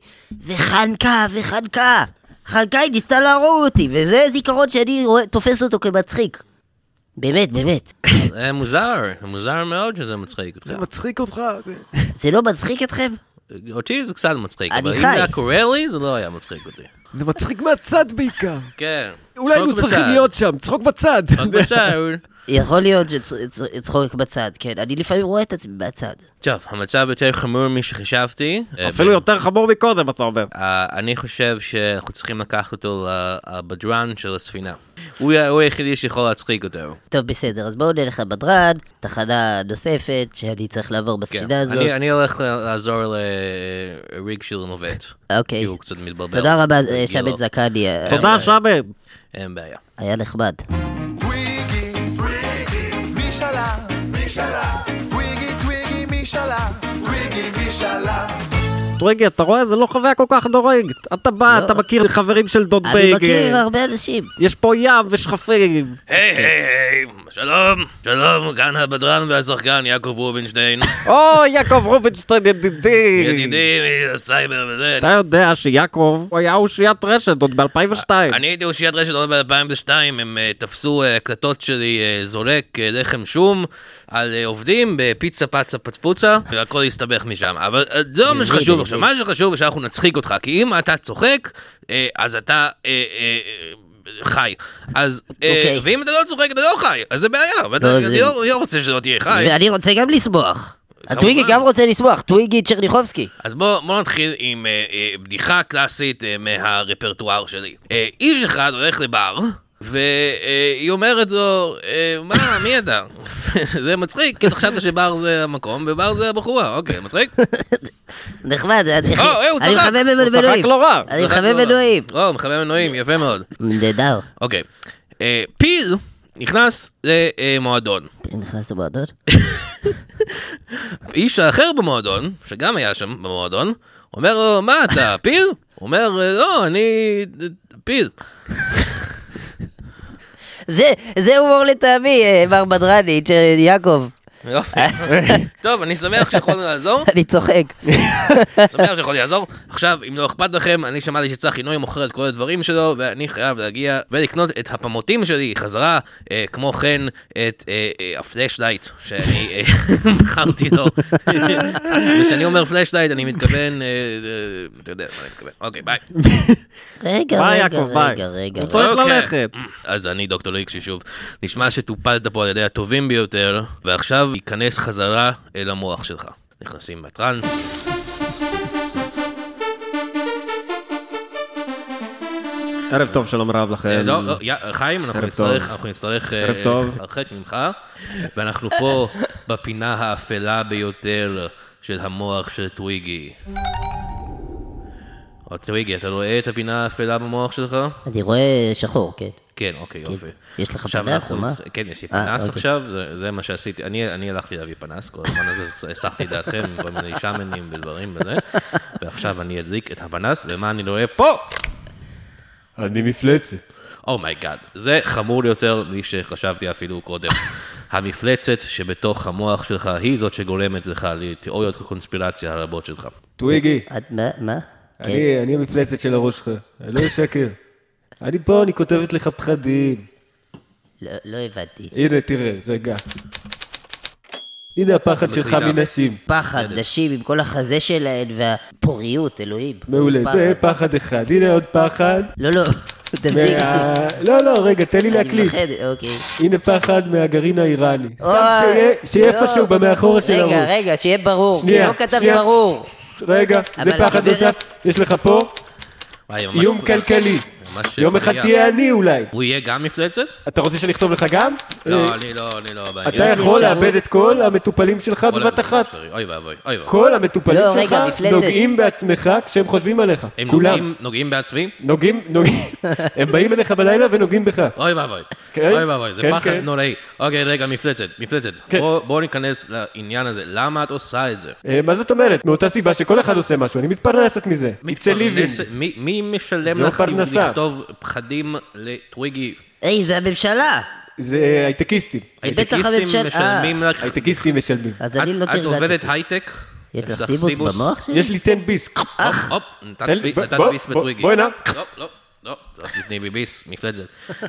Speaker 2: וחנקה, וחנקה. חנקה, היא ניסתה להרוג אותי, וזה זיכרון שאני רואה- תופס אותו כמצחיק. באמת, באמת.
Speaker 6: זה מוזר, מוזר מאוד שזה מצחיק אותך.
Speaker 5: זה מצחיק אותך? זה-
Speaker 2: זה לא מצחיק אתכם?
Speaker 6: אותי זה קצת מצחיק,
Speaker 2: אני
Speaker 6: אבל אם זה
Speaker 2: חי.
Speaker 6: היה קורה לי, זה לא היה מצחיק אותי.
Speaker 5: זה מצחיק מהצד בעיקר.
Speaker 6: כן.
Speaker 5: אולי
Speaker 6: צחוק
Speaker 5: היינו צריכים
Speaker 6: בצד.
Speaker 5: להיות שם, צחוק בצד.
Speaker 6: צחוק בצד.
Speaker 2: יכול להיות שצחוק בצד, כן. אני לפעמים רואה את עצמי בצד.
Speaker 6: טוב, המצב יותר חמור משחשבתי.
Speaker 3: אפילו יותר חמור מקודם, אתה אומר.
Speaker 6: אה, אני חושב שאנחנו צריכים לקחת אותו לבדרן של הספינה. הוא ה- הוא היחידי שיכול להצחיק אותו.
Speaker 2: טוב, בסדר, אז בואו נלך לבדרן, תחנה נוספת שאני צריך לעבור
Speaker 6: כן.
Speaker 2: בספינה הזאת.
Speaker 6: אני אני הולך ל- לעזור לריג של נובט.
Speaker 2: אוקיי.
Speaker 6: כי הוא קצת מתבלבל.
Speaker 2: תודה רבה, אה,
Speaker 6: רגיל
Speaker 2: שבט
Speaker 6: לו.
Speaker 2: זקני, אה,
Speaker 3: תודה, שמן.
Speaker 6: אין בעיה.
Speaker 2: היה נחמד.
Speaker 5: טוויגי, מי שלח? מי שלח? טוויגי, טוויגי, מי שלח? טוויגי, מי שלח?
Speaker 3: טוויגי, אתה רואה? זה לא חוויה כל כך נוראית. אתה בא,
Speaker 2: לא.
Speaker 3: אתה מכיר חברים של דוד
Speaker 2: אני
Speaker 3: בייגר.
Speaker 6: כן.
Speaker 2: מכיר הרבה אנשים.
Speaker 3: יש פה ים ושכפים.
Speaker 6: היי היי היי, שלום, שלום, כאן הבדרן והשחקן יעקב רובינשטיין,
Speaker 3: או, יעקב רובינשטיין, ידידי.
Speaker 6: ידידי מהסייבר וזה.
Speaker 3: אתה יודע שיעקב הוא היה אושיית רשת עוד ב-2002.
Speaker 6: אני הייתי אושיית רשת עוד ב-2002, הם אה, תפסו אה, הקלטות שלי אה, זורק אה, לחם שום על אה, עובדים בפיצה פצה פצפוצה, והכל הסתבך משם. אבל אה, זה לא מה שחשוב עכשיו, מה שחשוב זה שאנחנו נצחיק אותך, כי אם אתה צוחק, אה, אז אתה... אה, אה, אה, חי. אז, אה,
Speaker 2: אוקיי.
Speaker 6: ואם אתה לא צוחק אתה לא חי, אז זה בעיה, ואתה-
Speaker 2: לא,
Speaker 6: אני
Speaker 2: זה-
Speaker 6: לא- אני לא רוצה שלא תהיה חי.
Speaker 2: ואני רוצה גם לשמוח. הטוויגי
Speaker 6: כמובן.
Speaker 2: גם רוצה לשמוח, טוויגי צ'רניחובסקי.
Speaker 6: אז בואו בוא נתחיל עם אה, אה, בדיחה קלאסית אה, מהרפרטואר שלי. אה, איש אחד הולך לבר, והיא אומרת לו, אה, מה, מי אתה? זה מצחיק, כי אתה חשבת שבר זה המקום, ובר זה הבחורה, אוקיי, מצחיק?
Speaker 2: נחמד, אני
Speaker 6: אה, הוא
Speaker 2: אני
Speaker 6: צחק.
Speaker 2: מחמם
Speaker 3: הוא צחק
Speaker 2: מנועים.
Speaker 3: לא רע.
Speaker 2: אני מחמם מנועים.
Speaker 6: לא, מחמם מנועים, יפה מאוד.
Speaker 2: נהדר.
Speaker 6: אוקיי. אה, פיל נכנס למועדון.
Speaker 2: נכנס למועדון?
Speaker 6: איש האחר במועדון, שגם היה שם במועדון, אומר לו, מה אתה, פיל? הוא אומר, לא, אני אה, פיל.
Speaker 2: זה, זה הומור לטעמי, אה, מר בדרני, צ'ר- יעקב.
Speaker 6: יופי. טוב, אני שמח שיכולנו לעזור,
Speaker 2: אני צוחק.
Speaker 6: שמח שיכולתי לעזור. עכשיו, אם לא אכפת לכם, אני שמעתי שצחי נוי מוכר את כל הדברים שלו, ואני חייב להגיע ולקנות את הפמוטים שלי חזרה, אה, כמו כן, את אה, אה, הפלאשלייט שאני אה, מכרתי לו. וכשאני אומר פלאשלייט, אני מתכוון, אה, אה, אתה יודע מה אני מתכוון. אוקיי, ביי.
Speaker 2: רגע,
Speaker 3: ביי,
Speaker 2: רגע,
Speaker 3: יעקב, ביי.
Speaker 2: רגע, רגע.
Speaker 3: הוא צריך
Speaker 6: אוקיי.
Speaker 3: ללכת.
Speaker 6: אז אני דוקטור ליקשי שוב. נשמע שטופלת פה על ידי הטובים ביותר, ועכשיו ייכנס חזרה אל המוח שלך. נכנסים בטראנס.
Speaker 8: ערב טוב, שלום רב
Speaker 6: אה,
Speaker 8: לכם.
Speaker 6: לא, לא, יא, חיים, אנחנו
Speaker 8: ערב
Speaker 6: נצטרך,
Speaker 8: טוב.
Speaker 6: אנחנו נצטרך
Speaker 8: ערב
Speaker 6: אה,
Speaker 8: טוב.
Speaker 6: להתרחק ממך, ואנחנו פה בפינה האפלה ביותר של המוח של טוויגי. או, טוויגי, אתה רואה את הפינה האפלה במוח שלך?
Speaker 2: אני רואה שחור, כן.
Speaker 6: כן, אוקיי, יופי.
Speaker 2: יש לך
Speaker 6: עכשיו
Speaker 2: פנס
Speaker 6: אנחנו
Speaker 2: או מה?
Speaker 6: נצ- כן, יש לי
Speaker 2: אה,
Speaker 6: פנס
Speaker 2: אוקיי.
Speaker 6: עכשיו, זה- זה מה שעשיתי. אני אני הלכתי להביא פנס, כל הזמן הזה הסחתי את דעתכם עם כל מיני שמנים ודברים וזה, ועכשיו אני אדליק את הפנס, ומה אני רואה פה?
Speaker 8: אני מפלצת.
Speaker 6: אומייגאד, Oh זה חמור יותר משחשבתי אפילו קודם. המפלצת שבתוך המוח שלך היא זאת שגורמת לך לתיאוריות הקונספירציה הרבות שלך.
Speaker 8: טוויגי,
Speaker 2: את מה? מה? כן.
Speaker 8: אני אני המפלצת של הראש שלך. אני לא אשקר. אני פה, אני כותבת לך פחדים.
Speaker 2: לא- לא הבנתי.
Speaker 8: הנה, תראה, רגע. הנה הפחד שלך
Speaker 6: מקלידה.
Speaker 8: מנשים.
Speaker 2: פחד, נשים עם כל החזה שלהן והפוריות, אלוהים.
Speaker 8: מעולה,
Speaker 2: פחד.
Speaker 8: זה פחד אחד. הנה עוד פחד.
Speaker 2: לא, לא, תפסיק.
Speaker 8: מה- לא, לא, רגע, תן לי
Speaker 2: אני
Speaker 8: להקליט.
Speaker 2: מפחד, אוקיי.
Speaker 8: הנה פחד מהגרעין האיראני. סתם
Speaker 2: אוי,
Speaker 8: שיהיה- שיהיה
Speaker 2: לא.
Speaker 8: איפשהו במאחורה של הראש.
Speaker 2: רגע, רגע, שיהיה ברור. כי
Speaker 8: שנייה,
Speaker 2: לא כתב
Speaker 8: שנייה.
Speaker 2: ברור.
Speaker 8: רגע, זה
Speaker 2: אבל הגברת-
Speaker 8: פחד נוסף. יש לך פה
Speaker 6: וואי, ממש
Speaker 8: איום
Speaker 6: נקודה.
Speaker 8: כלכלי.
Speaker 6: ממש
Speaker 8: יום אחד
Speaker 6: פגיעה.
Speaker 8: תהיה עני אולי.
Speaker 6: הוא יהיה גם מפלצת?
Speaker 8: אתה רוצה שאני אכתוב לך גם?
Speaker 6: לא, אני לא, אני לא... בעניין.
Speaker 8: אה, אתה יכול לאבד את כל המטופלים שלך
Speaker 6: כל
Speaker 8: בבת
Speaker 6: הדברים
Speaker 8: אחת.
Speaker 6: האפשרי. אוי ואבוי, אוי ואבוי.
Speaker 8: כל המטופלים
Speaker 2: לא,
Speaker 8: שלך
Speaker 2: רגע, מפלצת.
Speaker 8: נוגעים בעצמך כשהם חושבים עליך.
Speaker 6: הם
Speaker 8: כולם.
Speaker 6: נוגעים- נוגעים בעצמי?
Speaker 8: נוגעים, נוגעים. הם באים אליך בלילה ונוגעים בך.
Speaker 6: אוי ואבוי,
Speaker 8: כן,
Speaker 6: אוי ואבוי, זה
Speaker 8: כן,
Speaker 6: פחד
Speaker 8: כן.
Speaker 6: נוראי. אוקיי, רגע, מפלצת, מפלצת.
Speaker 8: כן.
Speaker 6: בוא- בוא ניכנס לעניין הזה. למה את עושה את זה?
Speaker 8: אה, מה זאת אומרת? מאותה סיבה שכל אחד עושה משהו, אני מתפרנסת מזה. It's a living.
Speaker 6: מתפרנס- מי- מי משלם
Speaker 8: זו
Speaker 6: לך
Speaker 8: פרנסה.
Speaker 6: לכתוב פחדים לטוויגי?
Speaker 2: היי, זה הממשלה.
Speaker 8: זה אה, הייטקיסטים.
Speaker 2: בטח
Speaker 6: הייטקיסטים
Speaker 2: הממשל-
Speaker 6: משלמים לך...
Speaker 8: הייטקיסטים משלמים.
Speaker 2: אז
Speaker 6: את-
Speaker 2: אה, אני לא
Speaker 6: את עובדת
Speaker 2: תרגעתי.
Speaker 6: הייטק?
Speaker 2: יש
Speaker 6: יש
Speaker 2: לך סיבוס במוח שלי?
Speaker 8: יש לי 10 ביס.
Speaker 6: אך! הופ, נתת
Speaker 8: תן לי-
Speaker 6: בי-
Speaker 8: בוא-
Speaker 6: נתת
Speaker 8: בוא-
Speaker 6: ביס
Speaker 8: בוא-
Speaker 6: בטוויגי.
Speaker 8: בואי נא.
Speaker 6: לא, לא, לא, לא, תתני בי ביס, מפלצת.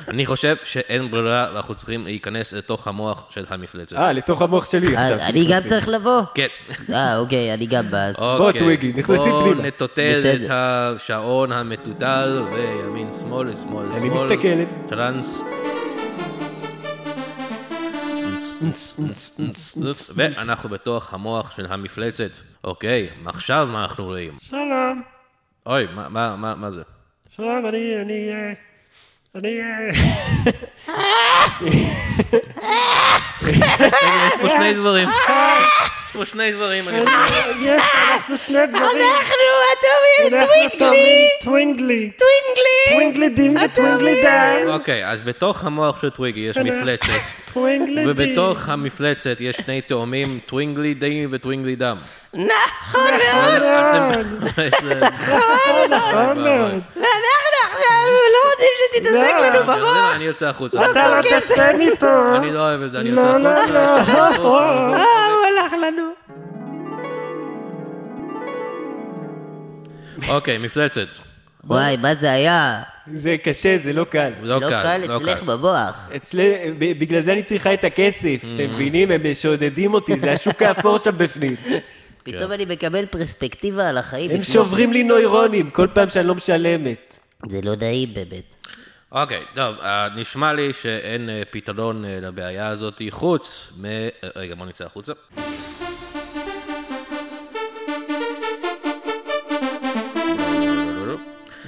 Speaker 6: אני חושב שאין ברירה ואנחנו צריכים להיכנס לתוך המוח של המפלצת.
Speaker 8: אה, לתוך המוח שלי
Speaker 2: אה,
Speaker 8: עכשיו.
Speaker 2: אני גם צריך לבוא?
Speaker 6: כן.
Speaker 2: אה, אוקיי, אני גם בא. אז-
Speaker 6: אוקיי.
Speaker 8: טוויגי, נכנסים
Speaker 6: בואו
Speaker 8: פנימה.
Speaker 6: נטוטל את
Speaker 2: בסדר.
Speaker 6: השעון המטוטל, וימין שמאל, שמאל שמאל.
Speaker 8: אני מסתכלת.
Speaker 6: טרנס. אוקיי, ואנחנו בתוך המוח של המפלצת. אוקיי, עכשיו מה אנחנו רואים?
Speaker 7: שלום,
Speaker 6: אוי, מה- מה- מה מה זה?
Speaker 7: שלום, אני, אני, אה, אני, אה,
Speaker 6: רגע, יש פה שני דברים. יש פה שני דברים. אני חושב.
Speaker 7: יש, אנחנו שני דברים,
Speaker 9: אנחנו הטובים,
Speaker 7: אנחנו
Speaker 9: טווינגלי,
Speaker 7: טובים, טווינגלי,
Speaker 9: טווינגלי.
Speaker 7: טווינגלי דים וטווינגלי דם,
Speaker 6: אוקיי, אז בתוך המוח של טוויגי יש מפלצת,
Speaker 7: טווינגלי דים,
Speaker 6: ובתוך המפלצת יש שני תאומים, טווינגלי די וטווינגלי דם.
Speaker 9: נכון מאוד,
Speaker 7: נכון מאוד,
Speaker 9: ואנחנו
Speaker 2: אה,
Speaker 9: עכשיו לא רוצים שתתעסק
Speaker 7: לא.
Speaker 9: לנו במוח.
Speaker 6: אני יוצא החוצה.
Speaker 7: אתה לא תצא מפה,
Speaker 6: אני לא אוהב את זה, אני
Speaker 7: לא,
Speaker 6: יוצא
Speaker 7: לא,
Speaker 6: החוצה.
Speaker 9: אה, הוא הלך לנו.
Speaker 6: אוקיי, מפלצת.
Speaker 2: וואי, מה זה היה?
Speaker 8: זה קשה, זה לא קל.
Speaker 6: לא
Speaker 2: לא
Speaker 6: קל,
Speaker 2: קל
Speaker 6: לא
Speaker 2: אצלך
Speaker 6: קל.
Speaker 2: במוח.
Speaker 8: אצלי, ב- בגלל זה אני צריכה את הכסף, אתם מבינים? הם שודדים אותי, זה השוק האפור שם בפנים.
Speaker 6: כן.
Speaker 2: פתאום אני מקבל פרספקטיבה על החיים.
Speaker 8: הם
Speaker 2: לפני-
Speaker 8: שוברים לי נוירונים כל פעם שאני לא משלמת.
Speaker 2: זה לא נעים באמת.
Speaker 6: אוקיי, טוב, אה, נשמע לי שאין אה, פתרון אה, לבעיה הזאת חוץ מ... אה, רגע, בוא נצא החוצה.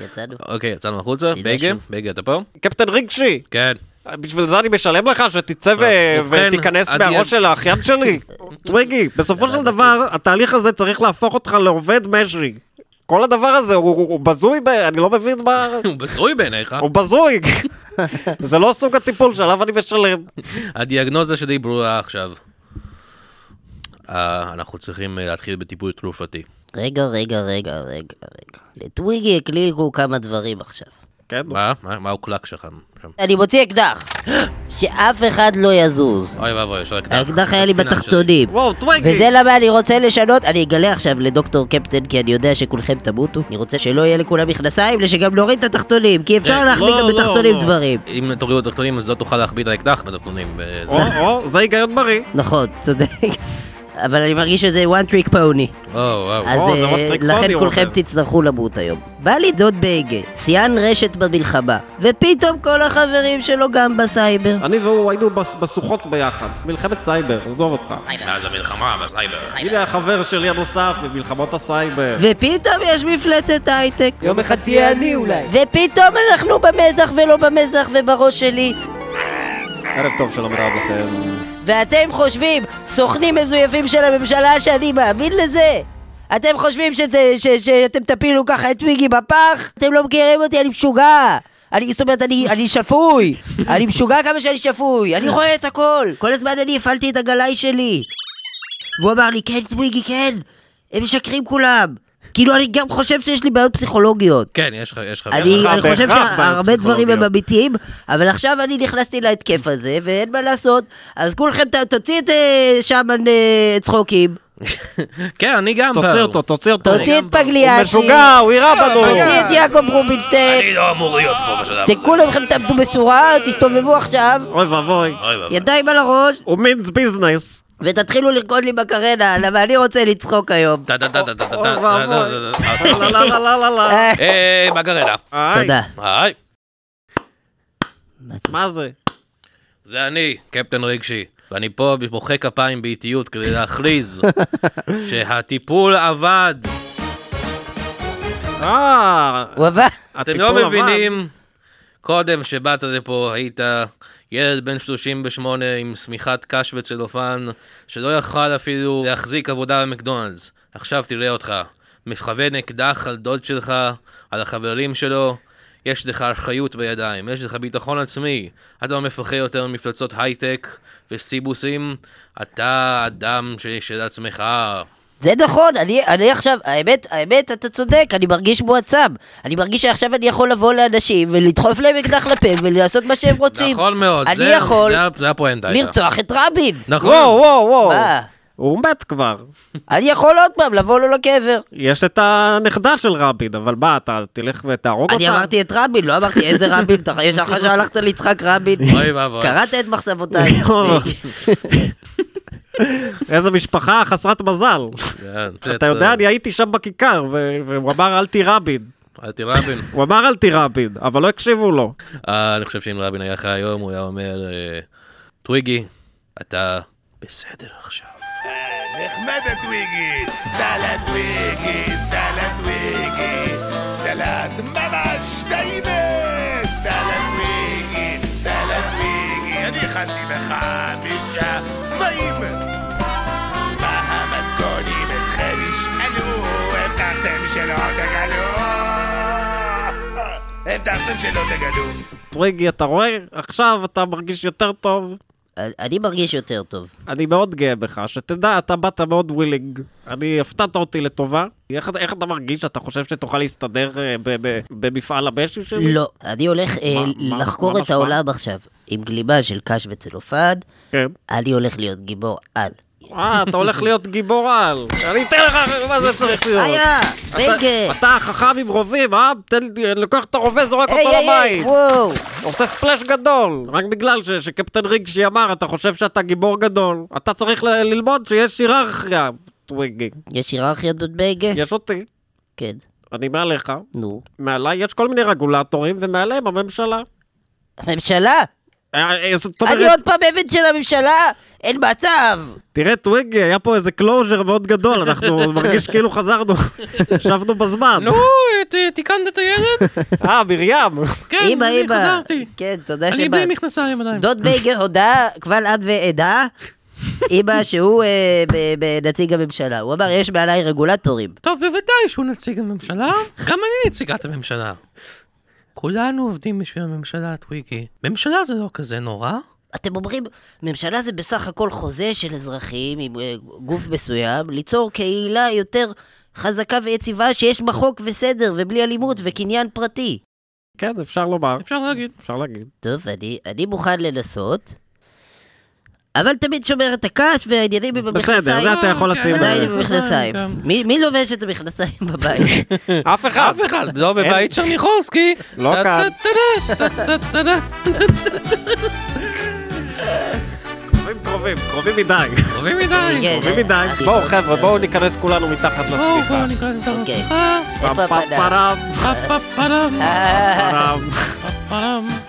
Speaker 2: יצאנו.
Speaker 6: אוקיי, יצאנו החוצה.
Speaker 2: סלידה
Speaker 6: בייגה,
Speaker 2: שוב.
Speaker 6: בייגה, אתה פה?
Speaker 8: קפטן רגשי,
Speaker 6: כן.
Speaker 8: בשביל זה אני משלם לך שתצא ו-
Speaker 6: ובכן,
Speaker 8: ותיכנס
Speaker 6: אני-
Speaker 8: מהראש של האחיין שלי? טוויגי, בסופו של דבר, התהליך הזה צריך להפוך אותך לעובד משי. כל הדבר הזה הוא- הוא הוא בזוי, ב- אני לא מבין מה...
Speaker 6: הוא בזוי בעיניך.
Speaker 8: הוא בזוי. זה לא סוג הטיפול שעליו אני משלם.
Speaker 6: הדיאגנוזה שלי ברורה עכשיו. אה, אנחנו צריכים אה, להתחיל בטיפול תרופתי.
Speaker 2: רגע, רגע, רגע, רגע, רגע. לטוויגי הקליקו כמה דברים עכשיו.
Speaker 8: כן,
Speaker 6: מה? מה מה הוקלק שלך שם?
Speaker 2: אני מוציא אקדח! שאף אחד לא יזוז.
Speaker 6: אוי ואבוי, יש רק
Speaker 2: האקדח היה לי
Speaker 6: בספינה שלי.
Speaker 2: בתחתונים.
Speaker 8: וואו, טוויגי.
Speaker 2: וזה לא- למה אני רוצה לשנות, אני אגלה עכשיו לדוקטור קפטן כי אני יודע שכולכם תמותו, אני רוצה שלא יהיה לכולם מכנסיים, ושגם נוריד את התחתונים, כי אפשר
Speaker 6: כן,
Speaker 2: להחביא
Speaker 8: לא,
Speaker 2: גם
Speaker 8: לא,
Speaker 2: בתחתונים
Speaker 8: לא.
Speaker 2: דברים.
Speaker 6: אם תורידו את התחתונים אז לא תוכל להחביא את האקדח בתחתונים. וזה-
Speaker 8: או, או, זה היגיון בריא.
Speaker 2: נכון, צודק. אבל אני מרגיש שזה one trick pony.
Speaker 4: או, וואו.
Speaker 6: נכון,
Speaker 2: אז
Speaker 3: או, זה
Speaker 2: אה,
Speaker 3: one trick pony,
Speaker 2: לכן
Speaker 3: הוא
Speaker 2: כולכם
Speaker 3: אומר.
Speaker 2: תצטרכו למות היום. בא לי דוד בייגה, שיאן רשת במלחמה, ופתאום כל החברים שלו גם בסייבר.
Speaker 3: אני והוא היינו בס- בסוחות ביחד, מלחמת סייבר, עזוב אותך.
Speaker 6: מאז המלחמה בסייבר.
Speaker 3: הנה החבר שלי הנוסף במלחמות הסייבר.
Speaker 2: ופתאום יש מפלצת הייטק.
Speaker 10: יום אחד תהיה אני אולי.
Speaker 2: ופתאום אנחנו במזח ולא במזח ובראש שלי,
Speaker 3: ערב טוב שלום רב לכם.
Speaker 2: ואתם חושבים, סוכנים מזויפים של הממשלה, שאני מאמין לזה? אתם חושבים שזה, ש, שאתם תפילו ככה את וויגי בפח? אתם לא מכירים אותי, אני משוגע! אני, זאת אומרת, אני, אני שפוי! אני משוגע כמה שאני שפוי! אני רואה את הכל! כל הזמן אני הפעלתי את הגלאי שלי! והוא אמר לי, כן, וויגי, כן! הם משקרים כולם! כאילו, אני גם חושב שיש לי בעיות פסיכולוגיות.
Speaker 4: כן, יש לך, יש לך.
Speaker 2: אני,
Speaker 3: לך
Speaker 2: אני חושב
Speaker 3: בהכרח בעיות
Speaker 2: שהרבה דברים הם
Speaker 3: פסיכולוגיות.
Speaker 2: אמיתיים, אבל עכשיו אני נכנסתי להתקף הזה, ואין מה לעשות, אז כולכם ת, תוציא את אה, שמן אה, צחוקים,
Speaker 4: כן, אני גם
Speaker 3: תוציא אותו, תוציא אותו.
Speaker 2: תוציא את
Speaker 3: לא. הוא
Speaker 2: פגליאשי,
Speaker 3: משוגע, הוא יירה
Speaker 2: אה,
Speaker 3: בנו. אה,
Speaker 2: תוציא את יעקב רובינשטיין,
Speaker 6: אני לא אמור להיות פה בשלב הזה.
Speaker 2: שכולכם תעמדו בשורה, תסתובבו עכשיו,
Speaker 3: אוי ואבוי.
Speaker 6: אוי ואבוי.
Speaker 2: ידיים על הראש,
Speaker 3: הוא מינס ביזנס.
Speaker 2: ותתחילו לרקוד לי בקרנה, למה אני רוצה לצחוק היום.
Speaker 6: טה טה טה טה טה טה
Speaker 3: אוי
Speaker 6: טה
Speaker 3: ואבוי.
Speaker 6: טה טה
Speaker 3: לא, לא, לא, לא, לא, לא.
Speaker 2: אה,
Speaker 6: היי, מגרלה.
Speaker 3: היי,
Speaker 2: תודה.
Speaker 6: היי,
Speaker 3: מה זה?
Speaker 6: זה אני, קפטן רגשי. ואני פה מוחא כפיים באיטיות כדי להכריז שהטיפול עבד.
Speaker 3: אה,
Speaker 2: הוא עבר,
Speaker 6: אתם
Speaker 3: הטיפול
Speaker 6: לא
Speaker 3: עבד.
Speaker 6: מבינים, קודם שבאת לפה היית ילד בן 38 עם שמיכת קש וצלופן, שלא יכל אפילו להחזיק עבודה במקדונלדס. עכשיו תראה אותך, מכוון אקדח על דוד שלך, על החברים שלו. יש לך אחריות בידיים, יש לך ביטחון עצמי. אתה לא מפחד יותר ממפלצות הייטק וסיבוסים. אתה אדם ש- של עצמך.
Speaker 2: זה נכון, אני, אני עכשיו, האמת, האמת, אתה צודק, אני מרגיש מועצם. אני מרגיש שעכשיו אני יכול לבוא לאנשים ולדחוף להם אקדח לפה ולעשות מה שהם רוצים.
Speaker 6: נכון מאוד.
Speaker 2: אני
Speaker 6: זה-
Speaker 2: יכול
Speaker 6: זה ה- זה הפואנטה. הייתה.
Speaker 2: לרצוח את רבין.
Speaker 6: נכון.
Speaker 3: וואו, וואו, וואו.
Speaker 2: מה?
Speaker 3: הוא מת כבר.
Speaker 2: אני יכול עוד פעם לבוא לו לקבר.
Speaker 3: יש את הנכדה של רבין, אבל מה, אתה תלך ותהרוג אותה?
Speaker 2: אני אמרתי את רבין, לא אמרתי איזה רבין, אתה- יש לך שהלכת ליצחק רבין.
Speaker 6: אוי ואבוי.
Speaker 2: קראת את מחשבותיי.
Speaker 3: יואו. איזה משפחה חסרת מזל.
Speaker 6: כן.
Speaker 3: אתה יודע, אני הייתי שם בכיכר, ו- והוא אמר אל תירבין.
Speaker 6: אל תירבין.
Speaker 3: הוא אמר אל תירבין, אבל לא הקשיבו לו.
Speaker 6: אה, אני חושב שאם רבין היה חי היום, הוא היה אומר, אה, טוויגי, אתה בסדר עכשיו.
Speaker 5: נחמדת וויגי, סלט וויגי, סלט וויגי, סלט ממש טעימה, סלט וויגי, סלט וויגי, אני הכנתי לך חמישה צבעים. מה המתכונים אתכם ישאלו, הבטחתם שלא תגלו, הבטחתם שלא תגלו.
Speaker 3: טוויגי, אתה רואה? עכשיו אתה מרגיש יותר טוב.
Speaker 2: אני מרגיש יותר טוב.
Speaker 3: אני מאוד גאה בך, שתדע, אתה באת מאוד ווילינג. אני, הפתעת אותי לטובה. איך, איך אתה מרגיש? אתה חושב שתוכל להסתדר אה, ב- ב- במפעל המשי שלי?
Speaker 2: לא, אני הולך אה,
Speaker 3: מה-
Speaker 2: לחקור
Speaker 3: מה
Speaker 2: את
Speaker 3: נשמע?
Speaker 2: העולם עכשיו עם גלימה של קש וצלופן.
Speaker 3: כן.
Speaker 2: אני הולך להיות גיבור על.
Speaker 3: אה, אתה הולך להיות גיבור על. אני אתן לך, מה זה צריך להיות?
Speaker 2: היה, רגע.
Speaker 3: אתה חכם עם רובים, אה? תן לי, לוקח את הרובה, זורק
Speaker 2: היי,
Speaker 3: אותו
Speaker 2: היי, היי,
Speaker 3: למים.
Speaker 2: וואו.
Speaker 3: עושה ספלאש גדול. רק בגלל ש- שקפטן ריגשי אמר, אתה חושב שאתה גיבור גדול. אתה צריך ל- ללמוד שיש היררכיה, טוויגי.
Speaker 2: יש היררכיות בבייגה?
Speaker 3: יש אותי,
Speaker 2: כן,
Speaker 3: אני מעליך.
Speaker 2: נו.
Speaker 3: מעליי יש כל מיני רגולטורים, ומעליהם הממשלה.
Speaker 2: הממשלה?
Speaker 3: אה, אה, זאת
Speaker 2: אני
Speaker 3: אומרת,
Speaker 2: עוד פעם עבד של הממשלה? אין מצב!
Speaker 3: תראה, טוויגי, היה פה איזה קלוז'ר מאוד גדול, אנחנו מרגיש כאילו חזרנו, ישבנו בזמן.
Speaker 4: נו, ת- תיקנת את הילד?
Speaker 3: אה, מרים.
Speaker 4: כן,
Speaker 2: אמא,
Speaker 4: אני
Speaker 2: אמא.
Speaker 4: חזרתי.
Speaker 2: כן, תודה
Speaker 4: אני
Speaker 2: שבאת.
Speaker 4: בלי מכנסיים עדיין.
Speaker 2: דוד בייגר הודה קבל עם ועדה. אמא שהוא אה, ב- ב- נציג הממשלה, הוא אמר יש מעליי רגולטורים.
Speaker 4: טוב, בוודאי שהוא נציג הממשלה. גם אני נציגת הממשלה. כולנו עובדים בשביל הממשלה, טוויקי. ממשלה זה לא כזה נורא.
Speaker 2: אתם אומרים, ממשלה זה בסך הכל חוזה של אזרחים עם אה, גוף מסוים, ליצור קהילה יותר חזקה ויציבה שיש בה חוק וסדר ובלי אלימות וקניין פרטי.
Speaker 3: כן, אפשר לומר,
Speaker 4: אפשר להגיד.
Speaker 3: אפשר להגיד.
Speaker 2: טוב, אני, אני מוכן לנסות, אבל תמיד שומר את הקש והעניינים עם המכנסיים.
Speaker 3: בסדר, זה אתה יכול
Speaker 4: אוקיי, כן.
Speaker 3: לשים.
Speaker 2: עדיין
Speaker 3: אה,
Speaker 2: עם המכנסיים.
Speaker 4: גם.
Speaker 2: מי מי לובש את המכנסיים בבית?
Speaker 3: אף אחד.
Speaker 4: אף אחד, לא בבית צ'רניחובסקי.
Speaker 3: לא כאן.
Speaker 4: טה-טה-טה-טה, טה-טה-טה-טה.
Speaker 3: קרובים קרובים, קרובים מדי.
Speaker 4: קרובים מדי.
Speaker 2: כן,
Speaker 3: קרובים מדי.
Speaker 2: אני-
Speaker 3: בואו חבר'ה, בואו ניכנס כולנו מתחת
Speaker 4: בואו, בואו
Speaker 3: לשמיכה.
Speaker 4: נקרא את
Speaker 2: אוקיי.
Speaker 4: המסכה.
Speaker 2: איפה
Speaker 3: פם, פם,
Speaker 2: הפנה?
Speaker 3: פרם,
Speaker 4: פאפ, פאפ, פארם,
Speaker 2: אה,
Speaker 3: פרם.
Speaker 4: פאפ, פארם.